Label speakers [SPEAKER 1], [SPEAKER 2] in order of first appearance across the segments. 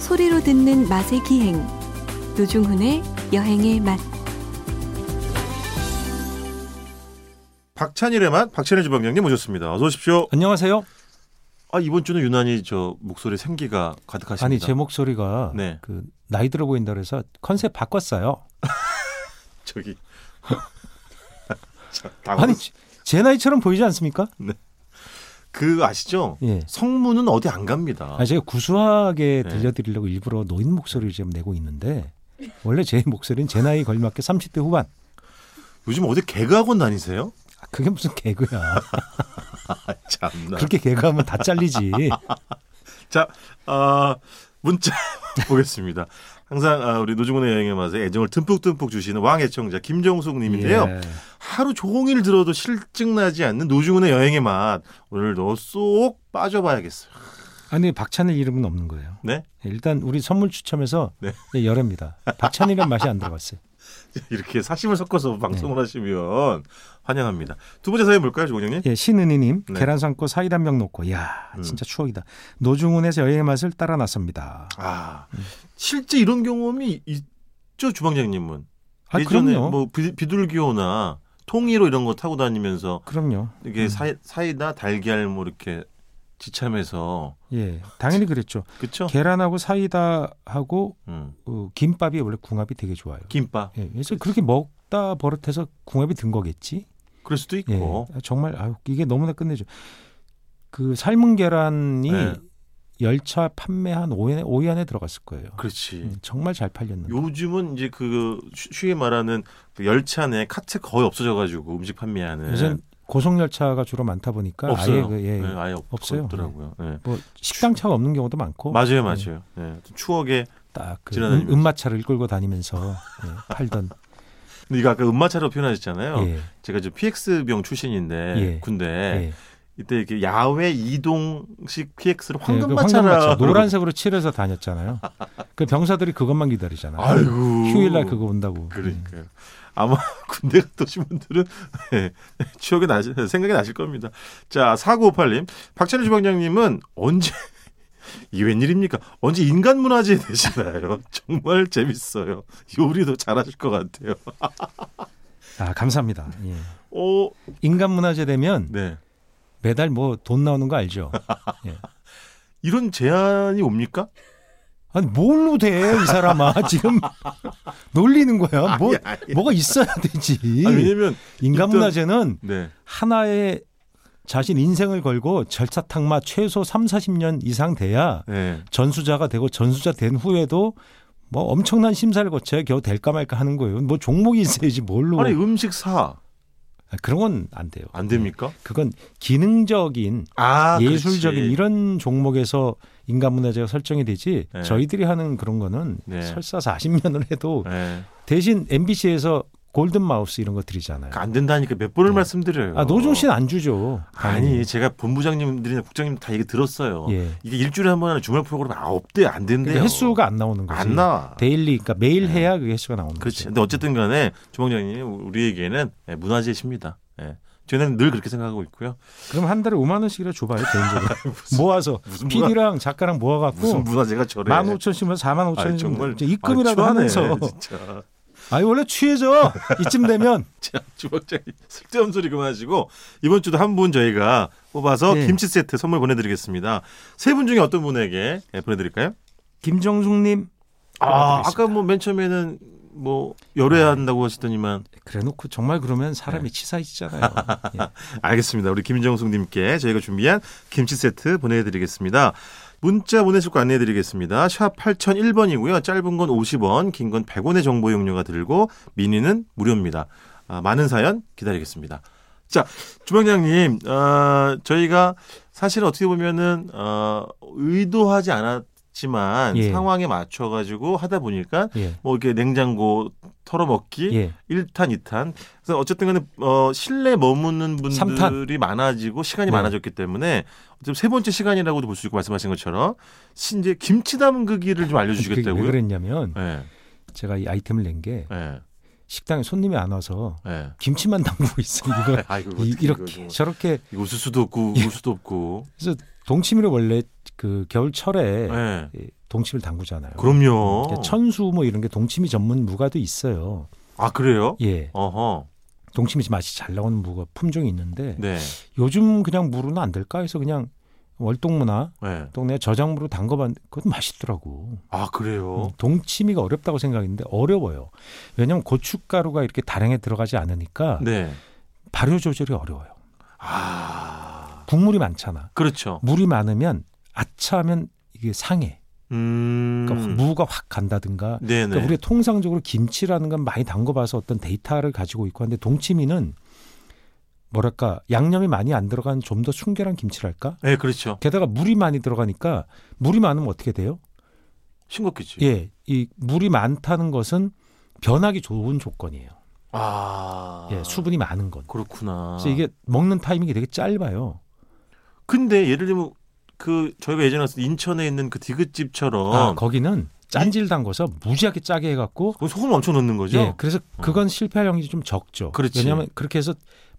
[SPEAKER 1] 소리로 듣는 맛의 기행 노중훈의 여행의 맛
[SPEAKER 2] 박찬일의 맛 박찬일 주방장님 모셨습니다. 어서 오십시오.
[SPEAKER 3] 안녕하세요.
[SPEAKER 2] 아 이번 주는 유난히 저 목소리 생기가 가득하십니다.
[SPEAKER 3] 아니 제 목소리가
[SPEAKER 2] 네.
[SPEAKER 3] 그 나이 들어 보인다 그래서 컨셉 바꿨어요.
[SPEAKER 2] 저기 자,
[SPEAKER 3] 아니
[SPEAKER 2] 아니
[SPEAKER 3] 제- 제 나이처럼 보이지 않습니까?
[SPEAKER 2] 그 아시죠?
[SPEAKER 3] 예.
[SPEAKER 2] 성문은 어디 안 갑니다.
[SPEAKER 3] 아 제가 구수하게
[SPEAKER 2] 네.
[SPEAKER 3] 들려드리려고 일부러 노인 목소리를 지금 내고 있는데 원래 제 목소리는 제 나이 걸맞게 30대 후반.
[SPEAKER 2] 요즘 어디 개그학원 다니세요?
[SPEAKER 3] 아, 그게 무슨 개그야.
[SPEAKER 2] 아, 참나.
[SPEAKER 3] 그렇게 개그하면 다
[SPEAKER 2] 아,
[SPEAKER 3] 잘리지. 예.
[SPEAKER 2] 자 아, 문자 보겠습니다. 항상 아, 우리 노중훈의 여행의 맛에 애정을 듬뿍듬뿍 주시는 왕애청자 김정숙님인데요.
[SPEAKER 3] 예.
[SPEAKER 2] 하루 종일 들어도 실증나지 않는 노중훈의 여행의 맛 오늘도 쏙 빠져봐야겠어요.
[SPEAKER 3] 아니 박찬일 이름은 없는 거예요.
[SPEAKER 2] 네
[SPEAKER 3] 일단 우리 선물 추첨에서
[SPEAKER 2] 네.
[SPEAKER 3] 예, 열입니다. 박찬일은 맛이 안 들어갔어요.
[SPEAKER 2] 이렇게 사심을
[SPEAKER 3] 네.
[SPEAKER 2] 섞어서 방송을 하시면 환영합니다. 두 번째 사연 볼까요, 조원영님?
[SPEAKER 3] 예, 신은희님
[SPEAKER 2] 네. 음.
[SPEAKER 3] 계란 삶고 사이다 한 병 넣고 야 진짜 추억이다. 노중훈에서 여행의 맛을 따라 났습니다.
[SPEAKER 2] 아 실제 이런 경험이 있죠, 주방장님은
[SPEAKER 3] 아,
[SPEAKER 2] 예전에
[SPEAKER 3] 그럼요.
[SPEAKER 2] 뭐 비, 비둘기호나 통일호 이런 거 타고 다니면서
[SPEAKER 3] 그럼요.
[SPEAKER 2] 이게 사이, 사이다 달걀 뭐 이렇게 지참해서 어.
[SPEAKER 3] 예, 당연히 그랬죠.
[SPEAKER 2] 그쵸?
[SPEAKER 3] 계란하고 사이다하고
[SPEAKER 2] 음,
[SPEAKER 3] 어, 김밥이 원래 궁합이 되게 좋아요.
[SPEAKER 2] 김밥
[SPEAKER 3] 예, 그래서 그렇게 먹다 버릇해서 궁합이 든 거겠지.
[SPEAKER 2] 그럴 수도
[SPEAKER 3] 예,
[SPEAKER 2] 있고
[SPEAKER 3] 아, 정말 아유, 이게 너무나 끝내죠. 그 삶은 계란이
[SPEAKER 2] 네.
[SPEAKER 3] 열차 판매 한 5위, 5위 안에 들어갔을 거예요.
[SPEAKER 2] 그렇지.
[SPEAKER 3] 음, 정말 잘 팔렸는데.
[SPEAKER 2] 요즘은 이제 그 쉬- 쉽게 말하는 그 열차 내 카트 거의 없어져 가지고 음식 판매하는
[SPEAKER 3] 요즘 고속 열차가 주로 많다 보니까
[SPEAKER 2] 네. 없어요.
[SPEAKER 3] 아예 그, 예,
[SPEAKER 2] 네, 아예 없,
[SPEAKER 3] 없어요.
[SPEAKER 2] 없더라고요. 예.
[SPEAKER 3] 뭐 식당 차가 없는 경우도 많고
[SPEAKER 2] 맞아요, 맞아요. 예. 어떤 추억의
[SPEAKER 3] 딱그
[SPEAKER 2] 지나다니면서.
[SPEAKER 3] 음마차를 끌고 다니면서 예, 팔던
[SPEAKER 2] 근데 이거 아까 음마차로 표현하셨잖아요.
[SPEAKER 3] 예,
[SPEAKER 2] 제가 이제 PX 병 출신인데
[SPEAKER 3] 예.
[SPEAKER 2] 군대
[SPEAKER 3] 예.
[SPEAKER 2] 이때 이렇게 야외 이동식 PX를
[SPEAKER 3] 그
[SPEAKER 2] 황금마차라 고
[SPEAKER 3] 노란색으로 칠해서 다녔잖아요. 그 병사들이 그것만 기다리잖아요.
[SPEAKER 2] 아이고
[SPEAKER 3] 휴일날 그거 온다고.
[SPEAKER 2] 그러니까 요 아마 군대 갔다 오신 분들은 예, 추억이 나 생각이 나실 겁니다. 자, 4958님. 박찬일 주방장님은 언제 이 웬일입니까? 언제 인간 문화재 되시나요? 정말 재밌어요. 요리도 잘하실 것 같아요.
[SPEAKER 3] 아 감사합니다. 예.
[SPEAKER 2] 오,
[SPEAKER 3] 인간 문화재 되면
[SPEAKER 2] 어? 네.
[SPEAKER 3] 매달 뭐 돈 나오는 거 알죠? 예.
[SPEAKER 2] 이런 제안이 옵니까?
[SPEAKER 3] 아니 뭘로 돼 이 사람아 지금 놀리는 거야? 뭐
[SPEAKER 2] 아니, 아니.
[SPEAKER 3] 뭐가 있어야 되지?
[SPEAKER 2] 아, 왜냐면
[SPEAKER 3] 인간
[SPEAKER 2] 일단-
[SPEAKER 3] 문화재는
[SPEAKER 2] 네.
[SPEAKER 3] 하나의 자신 인생을 걸고 절차탕마 최소 3, 40년 이상 돼야
[SPEAKER 2] 네.
[SPEAKER 3] 전수자가 되고 전수자 된 후에도 뭐 엄청난 심사를 거쳐야 겨우 될까 말까 하는 거예요. 뭐 종목이 있어야지 뭘로.
[SPEAKER 2] 아니 음식사
[SPEAKER 3] 아, 그런 건 안 돼요. 네.
[SPEAKER 2] 안 됩니까?
[SPEAKER 3] 그건 기능적인
[SPEAKER 2] 아,
[SPEAKER 3] 예술적인
[SPEAKER 2] 그렇지.
[SPEAKER 3] 이런 종목에서 인간문화재가 설정이 되지
[SPEAKER 2] 네.
[SPEAKER 3] 저희들이 하는 그런 거는
[SPEAKER 2] 네.
[SPEAKER 3] 설사 40년을 해도
[SPEAKER 2] 네.
[SPEAKER 3] 대신 MBC에서 골든 마우스 이런 거 드리잖아요.
[SPEAKER 2] 그러니까 안 된다니까 몇 번을
[SPEAKER 3] 네.
[SPEAKER 2] 말씀드려요.
[SPEAKER 3] 아, 노종 씨는 안 주죠.
[SPEAKER 2] 아니 제가 본부장님들이나 국장님 다 얘기 들었어요.
[SPEAKER 3] 예.
[SPEAKER 2] 이게 일주일에 한 번 하는 주말 프로그램 아홉 대 안 된대요.
[SPEAKER 3] 그러니까 횟수가 안 나오는 거지.
[SPEAKER 2] 네. 안 나와. 네.
[SPEAKER 3] 데일리 그러니까 매일 해야 그 횟수가 나오는
[SPEAKER 2] 그렇지.
[SPEAKER 3] 거지.
[SPEAKER 2] 근데 어쨌든 간에 주방장님 우리에게는 예, 문화재십니다. 예. 저희는 늘 그렇게 생각하고 있고요.
[SPEAKER 3] 그럼 한 달에 5만 원씩이라 줘봐요 개인적으로 모아서
[SPEAKER 2] 무슨 문화-
[SPEAKER 3] PD랑 작가랑
[SPEAKER 2] 무슨
[SPEAKER 3] 모아갖고
[SPEAKER 2] 문화재가 저래.
[SPEAKER 3] 어. 1만 5천씩만 4만 5천
[SPEAKER 2] 아이, 정말
[SPEAKER 3] 원 입금이라도
[SPEAKER 2] 아, 추하네,
[SPEAKER 3] 하면서
[SPEAKER 2] 진짜.
[SPEAKER 3] 아니 원래 취해져 이쯤 되면
[SPEAKER 2] 자, 주방장님 쓸데없는 소리 그만하시고 이번 주도 한 분 저희가 뽑아서
[SPEAKER 3] 네.
[SPEAKER 2] 김치 세트 선물 보내드리겠습니다. 세 분 중에 어떤 분에게 예, 보내드릴까요?
[SPEAKER 3] 김정숙님
[SPEAKER 2] 아,
[SPEAKER 3] 보내드리겠습니다.
[SPEAKER 2] 아까 뭐 맨 처음에는 뭐 열어야 한다고 하시더니만
[SPEAKER 3] 그래놓고 정말 그러면
[SPEAKER 2] 네.
[SPEAKER 3] 사람이 치사해지잖아요. 예.
[SPEAKER 2] 알겠습니다. 우리 김정숙님께 저희가 준비한 김치 세트 보내드리겠습니다. 문자 보내실 거 안내해드리겠습니다. 샵 8001번이고요. 짧은 건 50원, 긴 건 100원의 정보 용료가 들고 미니는 무료입니다. 아, 많은 사연 기다리겠습니다. 자, 주방장님, 어, 저희가 사실 어떻게 보면은 어, 의도하지 않았지만
[SPEAKER 3] 예.
[SPEAKER 2] 상황에 맞춰가지고 하다 보니까
[SPEAKER 3] 예.
[SPEAKER 2] 뭐 이렇게 냉장고 털어먹기
[SPEAKER 3] 예.
[SPEAKER 2] 1탄, 2탄. 그래서 어쨌든 간에 어, 실내 머무는 분들이
[SPEAKER 3] 삼탄.
[SPEAKER 2] 많아지고 시간이
[SPEAKER 3] 네.
[SPEAKER 2] 많아졌기 때문에 어쨌든 세 번째 시간이라고도 볼 수 있고 말씀하신 것처럼 신- 이제 김치 담그기를 좀
[SPEAKER 3] 아, 그게 왜
[SPEAKER 2] 알려주시겠다고요?
[SPEAKER 3] 그랬냐면
[SPEAKER 2] 예,
[SPEAKER 3] 제가 이 아이템을 낸 게
[SPEAKER 2] 예,
[SPEAKER 3] 식당에 손님이 안 와서
[SPEAKER 2] 예.
[SPEAKER 3] 김치만 담그고 있어 이거
[SPEAKER 2] 아이고,
[SPEAKER 3] 이,
[SPEAKER 2] 어떡해,
[SPEAKER 3] 이렇게 예.
[SPEAKER 2] 이거.
[SPEAKER 3] 저렇게
[SPEAKER 2] 이거 웃을 수도 없고, 울 수도 없고.
[SPEAKER 3] 동치미를 원래 그 겨울철에
[SPEAKER 2] 네.
[SPEAKER 3] 이 예, 동치미를 담그잖아요.
[SPEAKER 2] 그럼요.
[SPEAKER 3] 이제 천수 뭐 이런 게 동치미 전문 무가도 있어요.
[SPEAKER 2] 아 그래요?
[SPEAKER 3] 예.
[SPEAKER 2] 어허.
[SPEAKER 3] 동치미 맛이 잘 나오는 무가 품종이 있는데
[SPEAKER 2] 네.
[SPEAKER 3] 요즘 그냥 무로는 안 될까 해서 그냥 월동무나
[SPEAKER 2] 네.
[SPEAKER 3] 동네 저장무로 담궈봤는데 그것도 맛있더라고.
[SPEAKER 2] 아 그래요.
[SPEAKER 3] 음, 동치미가 어렵다고 생각했는데 어려워요. 왜냐하면 고춧가루가 이렇게 다량에 들어가지 않으니까
[SPEAKER 2] 네.
[SPEAKER 3] 발효 조절이 어려워요.
[SPEAKER 2] 아
[SPEAKER 3] 국물이 많잖아.
[SPEAKER 2] 그렇죠.
[SPEAKER 3] 물이 많으면 아차하면 이게 상해.
[SPEAKER 2] 음.
[SPEAKER 3] 그러니까 무가 확 간다든가.
[SPEAKER 2] 네네.
[SPEAKER 3] 그러니까 우리가 통상적으로 김치라는 건 많이 담궈봐서 어떤 데이터를 가지고 있고 한데 동치미는 뭐랄까 양념이 많이 안 들어간 좀 더 순결한 김치랄까?
[SPEAKER 2] 네, 그렇죠.
[SPEAKER 3] 게다가 물이 많이 들어가니까 물이 많으면 어떻게 돼요?
[SPEAKER 2] 싱겁겠지.
[SPEAKER 3] 예, 이 물이 많다는 것은 변하기 좋은 조건이에요.
[SPEAKER 2] 아.
[SPEAKER 3] 예, 수분이 많은 건.
[SPEAKER 2] 그렇구나.
[SPEAKER 3] 그래서 이게 먹는 타이밍이 되게 짧아요.
[SPEAKER 2] 근데 예를 들면 그 저희가 예전에 갔을 때 인천에 있는 그 디귿집처럼
[SPEAKER 3] 아, 거기는 짠질 담궈서 무지하게 짜게 해갖고
[SPEAKER 2] 그건 소금 엄청 넣는 거죠? 어.
[SPEAKER 3] 예, 그래서 그건 실패할 확률이 좀 적죠.
[SPEAKER 2] 그렇지.
[SPEAKER 3] 왜냐하면 그렇게 해서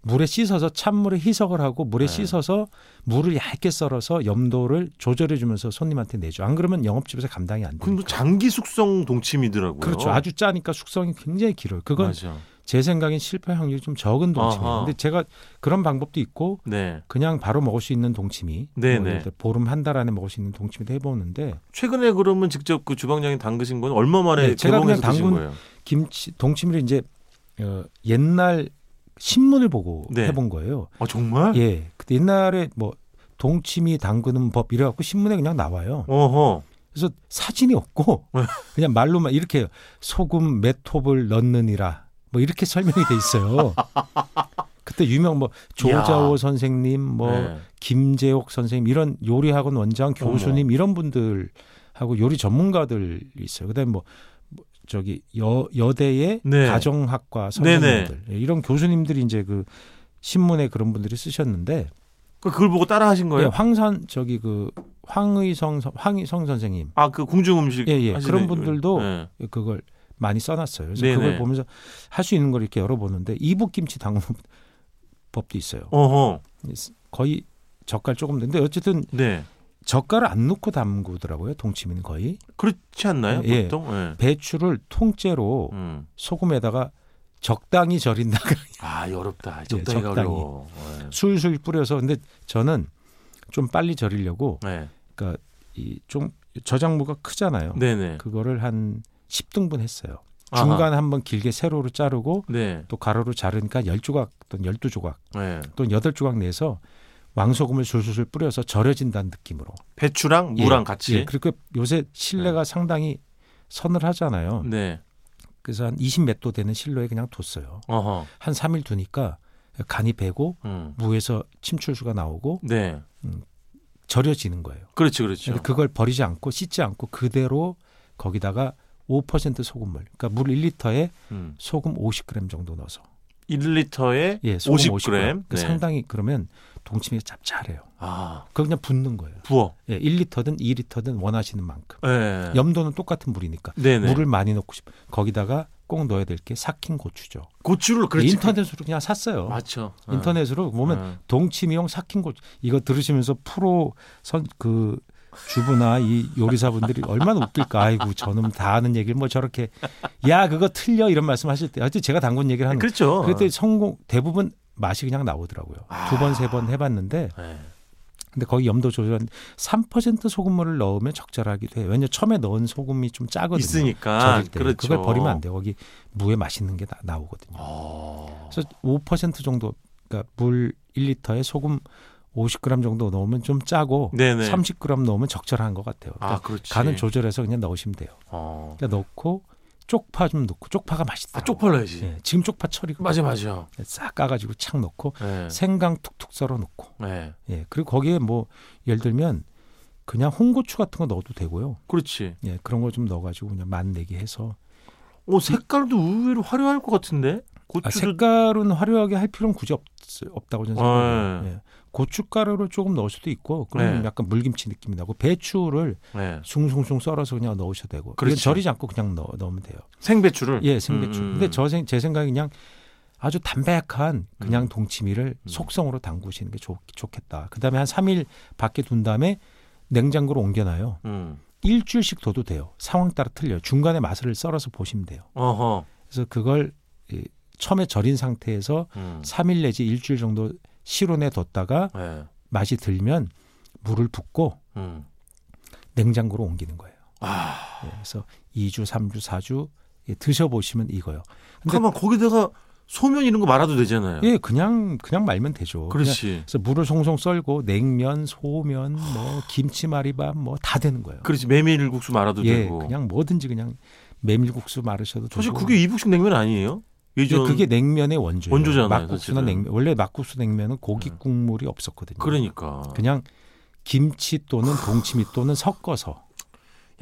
[SPEAKER 3] 물에 씻어서 찬물에 희석을 하고 물에
[SPEAKER 2] 네.
[SPEAKER 3] 씻어서 물을 얇게 썰어서 염도를 조절해주면서 손님한테 내죠. 안 그러면 영업집에서 감당이 안
[SPEAKER 2] 근데
[SPEAKER 3] 돼요.
[SPEAKER 2] 장기 숙성 동치미더라고요.
[SPEAKER 3] 그렇죠. 아주 짜니까 숙성이 굉장히 길어요. 그건
[SPEAKER 2] 맞아.
[SPEAKER 3] 제 생각엔 실패 확률이 좀 적은 동치미예요.
[SPEAKER 2] 아하.
[SPEAKER 3] 근데 제가 그런 방법도 있고
[SPEAKER 2] 네.
[SPEAKER 3] 그냥 바로 먹을 수 있는 동치미,
[SPEAKER 2] 네네.
[SPEAKER 3] 뭐 예를 들어 보름 한 달 안에 먹을 수 있는 동치미도 해보는데
[SPEAKER 2] 최근에 그러면 직접 그 주방장이 담그신 건 얼마 만에
[SPEAKER 3] 네, 제가
[SPEAKER 2] 개봉해서
[SPEAKER 3] 그냥
[SPEAKER 2] 드신
[SPEAKER 3] 담근-
[SPEAKER 2] 거예요?
[SPEAKER 3] 김치 동치미를 이제 어, 옛날 신문을 보고
[SPEAKER 2] 네.
[SPEAKER 3] 해본 거예요.
[SPEAKER 2] 아 정말?
[SPEAKER 3] 예. 그때 옛날에 뭐 동치미 담그는 법 이래갖고 신문에 그냥 나와요.
[SPEAKER 2] 어허.
[SPEAKER 3] 그래서 사진이 없고
[SPEAKER 2] 네.
[SPEAKER 3] 그냥 말로만 이렇게 소금 메톱을 넣느니라 뭐 이렇게 설명이 돼 있어요. 그때 유명 뭐 조자호
[SPEAKER 2] 야.
[SPEAKER 3] 선생님, 뭐
[SPEAKER 2] 네.
[SPEAKER 3] 김재옥 선생님 이런 요리학원 원장 교수님 이런 분들 하고 요리 전문가들 있어요. 그다음에 뭐 저기 여 여대의
[SPEAKER 2] 네.
[SPEAKER 3] 가정학과 선생님들 예, 이런 교수님들이 이제 그 신문에 그런 분들이 쓰셨는데
[SPEAKER 2] 그- 그걸 보고 따라 하신
[SPEAKER 3] 예,
[SPEAKER 2] 거예요?
[SPEAKER 3] 황산 저기 그 황의성 선- 황의성 선생님
[SPEAKER 2] 아 그 궁중 음식
[SPEAKER 3] 예, 예.
[SPEAKER 2] 하시는
[SPEAKER 3] 그런
[SPEAKER 2] 분.
[SPEAKER 3] 분들도
[SPEAKER 2] 네.
[SPEAKER 3] 그걸 많이 써놨어요. 그래서
[SPEAKER 2] 네네.
[SPEAKER 3] 그걸 보면서 할 수 있는 걸 이렇게 열어보는데 이북김치 담그는 법도 있어요.
[SPEAKER 2] 어허.
[SPEAKER 3] 거의 젓갈 조금 넣는데 어쨌든
[SPEAKER 2] 네.
[SPEAKER 3] 젓갈을 안 넣고 담그더라고요. 동치미는 거의
[SPEAKER 2] 그렇지 않나요?
[SPEAKER 3] 예. 어.
[SPEAKER 2] 보통. 예.
[SPEAKER 3] 배추를 통째로
[SPEAKER 2] 음.
[SPEAKER 3] 소금에다가 적당히 절인다가
[SPEAKER 2] 아 이거 어렵다. 적당히
[SPEAKER 3] 예, 적당히.
[SPEAKER 2] 어려워. 예.
[SPEAKER 3] 술술 뿌려서 근데 저는 좀 빨리 절이려고
[SPEAKER 2] 네.
[SPEAKER 3] 그러니까 이 좀 저장무가 크잖아요.
[SPEAKER 2] 네네.
[SPEAKER 3] 그거를 한 10등분 했어요.
[SPEAKER 2] 아하.
[SPEAKER 3] 중간 한번 길게 세로로 자르고
[SPEAKER 2] 네.
[SPEAKER 3] 또 가로로 자르니까 10조각 또는 12조각
[SPEAKER 2] 네.
[SPEAKER 3] 또는 8조각 내서 왕소금을 술술술 뿌려서 절여진다는 느낌으로.
[SPEAKER 2] 배추랑 무랑 같이.
[SPEAKER 3] 예, 그리고 요새 실내가 상당히 선을 하잖아요.
[SPEAKER 2] 네.
[SPEAKER 3] 그래서 한 20몇 도 되는 실로에 그냥 뒀어요.
[SPEAKER 2] 어허.
[SPEAKER 3] 한 3일 두니까 간이 배고
[SPEAKER 2] 음.
[SPEAKER 3] 무에서 침출수가 나오고
[SPEAKER 2] 네.
[SPEAKER 3] 절여지는 거예요.
[SPEAKER 2] 그렇지, 그렇죠.
[SPEAKER 3] 근데 그걸 버리지 않고 씻지 않고 그대로 거기다가 5% 소금물. 그러니까 물 1리터에
[SPEAKER 2] 음.
[SPEAKER 3] 소금 50g 정도 넣어서.
[SPEAKER 2] 1리터에
[SPEAKER 3] 예, 소금
[SPEAKER 2] 50g.
[SPEAKER 3] 50g. 그러니까
[SPEAKER 2] 네.
[SPEAKER 3] 상당히 그러면 동치미가 짭짤해요.
[SPEAKER 2] 아,
[SPEAKER 3] 그거 그냥 붓는 거예요.
[SPEAKER 2] 부어.
[SPEAKER 3] 예, 1리터든 2리터든 원하시는 만큼.
[SPEAKER 2] 네.
[SPEAKER 3] 염도는 똑같은 물이니까.
[SPEAKER 2] 네네.
[SPEAKER 3] 물을 많이 넣고 싶. 거기다가 꼭 넣어야 될 게 삭힌 고추죠.
[SPEAKER 2] 고추를 그렇지.
[SPEAKER 3] 예, 인터넷으로 그냥 샀어요.
[SPEAKER 2] 맞죠. 어.
[SPEAKER 3] 인터넷으로 보면
[SPEAKER 2] 어.
[SPEAKER 3] 동치미용 삭힌 고추 이거 들으시면서 프로 선 그 주부나 이 요리사분들이 얼마나 웃길까. 아이고 저놈 다 아는 얘기를 뭐 저렇게 야 그거 틀려 이런 말씀하실 때 하여튼 제가 담근 얘기를 하는.
[SPEAKER 2] 그렇죠.
[SPEAKER 3] 그때 성공 대부분 맛이 그냥 나오더라고요. 두 번 세 번 해봤는데
[SPEAKER 2] 네.
[SPEAKER 3] 근데 거기 염도 조절한 3% 소금물을 넣으면 적절하기도 해요. 왜냐 처음에 넣은 소금이 좀 짜거든요.
[SPEAKER 2] 있으니까.
[SPEAKER 3] 절일 때
[SPEAKER 2] 그렇죠.
[SPEAKER 3] 그걸 버리면 안 돼요. 거기 무에 맛있는 게 나, 오거든요
[SPEAKER 2] 어.
[SPEAKER 3] 그래서 5% 정도 그러니까 물 1리터에 소금 50g 정도 넣으면 좀 짜고
[SPEAKER 2] 네네.
[SPEAKER 3] 30g 넣으면 적절한 것 같아요.
[SPEAKER 2] 아,
[SPEAKER 3] 그러니까
[SPEAKER 2] 그렇지.
[SPEAKER 3] 간을 조절해서 그냥 넣으시면 돼요.
[SPEAKER 2] 어.
[SPEAKER 3] 그러니까 넣고 쪽파 좀 넣고 쪽파가
[SPEAKER 2] 아,
[SPEAKER 3] 맛있다.
[SPEAKER 2] 쪽팔려야지.
[SPEAKER 3] 예, 지금 쪽파 철이
[SPEAKER 2] 맞아, 맞아.
[SPEAKER 3] 싹 까가지고 착 넣고
[SPEAKER 2] 네.
[SPEAKER 3] 생강 툭툭 썰어 넣고
[SPEAKER 2] 네.
[SPEAKER 3] 예 그리고 거기에 뭐 예를 들면 그냥 홍고추 같은 거 넣어도 되고요
[SPEAKER 2] 그렇지.
[SPEAKER 3] 예 그런 거 좀 넣어가지고 그냥 만 내기 해서
[SPEAKER 2] 오, 색깔도 의외로 화려할 것 같은데?
[SPEAKER 3] 아,
[SPEAKER 2] 고추도.
[SPEAKER 3] 색깔은 화려하게 할 필요는 굳이 없, 없다고 저는 생각해요
[SPEAKER 2] 네.
[SPEAKER 3] 예. 고춧가루를 조금 넣을 수도 있고 그러면
[SPEAKER 2] 네.
[SPEAKER 3] 약간 물김치 느낌이 나고 배추를
[SPEAKER 2] 네.
[SPEAKER 3] 숭숭숭 썰어서 그냥 넣으셔도 되고 이건
[SPEAKER 2] 그렇지.
[SPEAKER 3] 절이지 않고 그냥 넣, 넣으면 돼요
[SPEAKER 2] 생배추를.
[SPEAKER 3] 예 생배추
[SPEAKER 2] 음, 음.
[SPEAKER 3] 근데 저 생- 제 생각에 그냥 아주 담백한 그냥 동치미를
[SPEAKER 2] 음.
[SPEAKER 3] 속성으로 담그시는 게 좋, 좋겠다 그다음에 한 (3일) 밖에 둔 다음에 냉장고로 옮겨놔요.
[SPEAKER 2] 음.
[SPEAKER 3] 일주일씩 둬도 돼요. 상황 따라 틀려요. 중간에 맛을 썰어서 보시면 돼요.
[SPEAKER 2] 어허.
[SPEAKER 3] 그래서 그걸 이- 처음에 절인 상태에서
[SPEAKER 2] 음.
[SPEAKER 3] 3일 내지 일주일 정도 실온에 뒀다가
[SPEAKER 2] 네.
[SPEAKER 3] 맛이 들면 물을 붓고
[SPEAKER 2] 음.
[SPEAKER 3] 냉장고로 옮기는 거예요.
[SPEAKER 2] 아.
[SPEAKER 3] 예, 그래서 2주, 3주, 4주 예, 드셔보시면 이거요. 근데
[SPEAKER 2] 그러면 거기다가 소면 이런 거 말아도 되잖아요.
[SPEAKER 3] 예, 그냥 그냥 말면 되죠. 그냥-
[SPEAKER 2] 네. 그렇지.
[SPEAKER 3] 그래서 물을 송송 썰고 냉면, 소면, 뭐 김치말이밥 뭐 다 되는 거예요.
[SPEAKER 2] 그렇지. 메밀국수 말아도
[SPEAKER 3] 예,
[SPEAKER 2] 되고.
[SPEAKER 3] 그냥 뭐든지 그냥 메밀국수 마르셔도 되고.
[SPEAKER 2] 사실 그게 이북식 냉면 아니에요?
[SPEAKER 3] 예,
[SPEAKER 2] 예전
[SPEAKER 3] 그게 냉면의 원조예요.
[SPEAKER 2] 원조잖아요,
[SPEAKER 3] 막국수나
[SPEAKER 2] 사실은.
[SPEAKER 3] 냉면. 원래 막국수 냉면은 고기
[SPEAKER 2] 음.
[SPEAKER 3] 국물이 없었거든요.
[SPEAKER 2] 그러니까.
[SPEAKER 3] 냥 김치 또는 동치미 또는 섞어서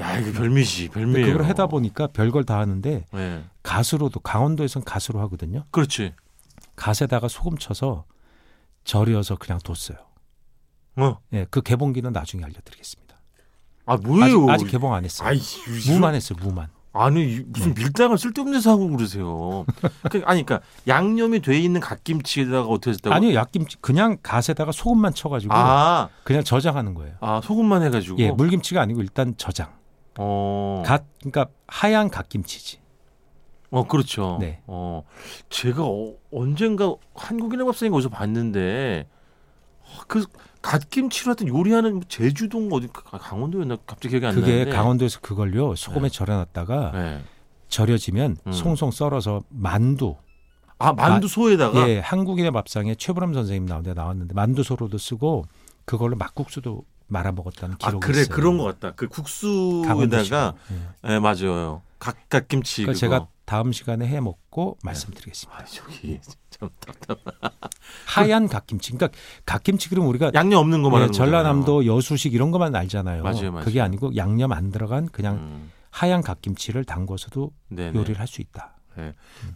[SPEAKER 2] 야, 이거 별미지.
[SPEAKER 3] 근데
[SPEAKER 2] 별미예요.
[SPEAKER 3] 그걸 하다 보니까 별걸 다 하는데
[SPEAKER 2] 예.
[SPEAKER 3] 가수로도 강원도에선 가수로 하거든요.
[SPEAKER 2] 그렇지.
[SPEAKER 3] 갓에다가 소금 쳐서 절여서 그냥 뒀어요.
[SPEAKER 2] 어.
[SPEAKER 3] 예, 그 개봉기는 나중에 알려드리겠습니다.
[SPEAKER 2] 아, 뭐예요?
[SPEAKER 3] 아직, 아직 개봉 안 했어요.
[SPEAKER 2] 아이,
[SPEAKER 3] 무만 예. 했어요, 무만.
[SPEAKER 2] 아니 이- 무슨 밀당을 쓸데없는 데서 하고 그러세요. 그, 아니 그러니까 양념이 돼 있는 갓김치에다가 어떻게 했다고?
[SPEAKER 3] 아니요, 약김치 그냥 갓에다가 소금만 쳐가지고
[SPEAKER 2] 아,
[SPEAKER 3] 그냥 저장하는 거예요.
[SPEAKER 2] 아, 소금만 해가지고.
[SPEAKER 3] 예, 물김치가 아니고 일단 저장.
[SPEAKER 2] 어,
[SPEAKER 3] 갓, 그러니까 하얀 갓김치지.
[SPEAKER 2] 어 그렇죠.
[SPEAKER 3] 네.
[SPEAKER 2] 어, 제가 어- 언젠가 한국인의 밥상에 어디서 봤는데 아, 그 갓김치로 하여튼 요리하는 제주도인가 어디 그 가- 강원도였나 갑자기 기억이 안
[SPEAKER 3] 그게
[SPEAKER 2] 나는데.
[SPEAKER 3] 강원도에서 그걸요 소금에 절여놨다가
[SPEAKER 2] 네.
[SPEAKER 3] 절여지면
[SPEAKER 2] 음.
[SPEAKER 3] 송송 썰어서 만두.
[SPEAKER 2] 아 만두 소에다가.
[SPEAKER 3] 예, 한국인의 밥상에 최불암 선생님 나오는데 나왔는데 만두소로도 쓰고 그걸로 막국수도 말아 먹었다는
[SPEAKER 2] 아
[SPEAKER 3] 기록이
[SPEAKER 2] 그래
[SPEAKER 3] 있어요.
[SPEAKER 2] 그런 것 같다. 그 국수에다가
[SPEAKER 3] 예.
[SPEAKER 2] 예, 맞아요. 갓 갓김치
[SPEAKER 3] 그러니까
[SPEAKER 2] 그거.
[SPEAKER 3] 제가 다음 시간에 해 먹고 말씀드리겠습니다.
[SPEAKER 2] 아 저기 참 답답.
[SPEAKER 3] 하얀 갓김치. 그러니까 gat김치 그럼 우리가
[SPEAKER 2] 양념 없는 거
[SPEAKER 3] 예,
[SPEAKER 2] 말하는 거잖아요.
[SPEAKER 3] 전라남도 여수식 이런 것만 알잖아요.
[SPEAKER 2] 맞아요, 맞아요.
[SPEAKER 3] 그게 아니고 양념 안 들어간 그냥
[SPEAKER 2] 음,
[SPEAKER 3] 하얀 갓김치를 담궈서도
[SPEAKER 2] 네네.
[SPEAKER 3] 요리를 할 수 있다.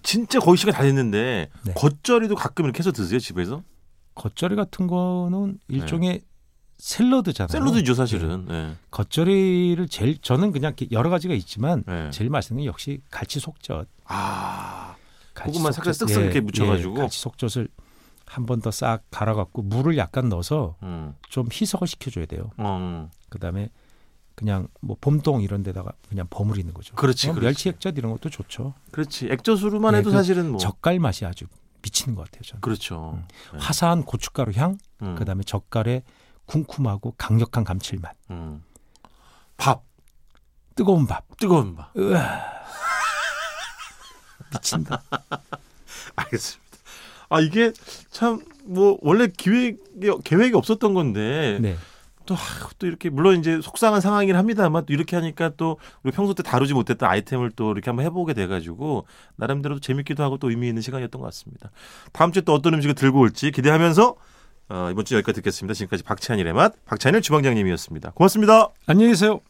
[SPEAKER 2] 진짜 거의 시간 다 됐는데
[SPEAKER 3] 네.
[SPEAKER 2] 겉절이도 가끔 이렇게 해서 드세요 집에서?
[SPEAKER 3] 겉절이 같은 거는 일종의 샐러드잖아요.
[SPEAKER 2] 네. 샐러드죠 사실은. 네.
[SPEAKER 3] 겉절이를 제일 저는 그냥 이렇게 여러 가지가 있지만
[SPEAKER 2] 네.
[SPEAKER 3] 제일 맛있는 게 역시 갈치 속젓.
[SPEAKER 2] 아
[SPEAKER 3] 갈치
[SPEAKER 2] 고구마 살짝
[SPEAKER 3] 속젓. 예,
[SPEAKER 2] 쓱쓱 이렇게 묻혀가지고.
[SPEAKER 3] 갈치 속젓을 한 번 더 싹 갈아갖고 물을 약간 넣어서
[SPEAKER 2] 음.
[SPEAKER 3] 좀 희석을 시켜줘야 돼요.
[SPEAKER 2] 음.
[SPEAKER 3] 어, 그다음에 그냥 뭐 봄동 이런 데다가 그냥 버무리는 거죠.
[SPEAKER 2] 그렇지,
[SPEAKER 3] 뭐
[SPEAKER 2] 그렇지.
[SPEAKER 3] 멸치 액젓 이런 것도 좋죠.
[SPEAKER 2] 그렇지 액젓으로만
[SPEAKER 3] 네,
[SPEAKER 2] 해도
[SPEAKER 3] 그
[SPEAKER 2] 사실은 뭐
[SPEAKER 3] 젓갈 맛이 아주 미치는 것 같아요. 저는.
[SPEAKER 2] 그렇죠. 네.
[SPEAKER 3] 화사한 고춧가루 향,
[SPEAKER 2] 음.
[SPEAKER 3] 그다음에 젓갈의 쿰쿰하고 강력한 감칠맛,
[SPEAKER 2] 음. 밥
[SPEAKER 3] 뜨거운 밥.
[SPEAKER 2] 뜨거운 밥.
[SPEAKER 3] 미친다.
[SPEAKER 2] 알겠습니다. 아 이게 참 뭐 원래 기획 계획이 없었던 건데
[SPEAKER 3] 네.
[SPEAKER 2] 또, 하, 또 이렇게 물론 이제 속상한 상황이긴 합니다만 또 이렇게 하니까 또 우리 평소 때 다루지 못했던 아이템을 또 이렇게 한번 해보게 돼가지고 나름대로 재밌기도 하고 또 의미 있는 시간이었던 것 같습니다. 다음 주에 또 어떤 음식을 들고 올지 기대하면서 어, 이번 주 여기까지 듣겠습니다. 지금까지 박찬일의 맛 박찬일 주방장님이었습니다. 고맙습니다.
[SPEAKER 3] 안녕히 계세요.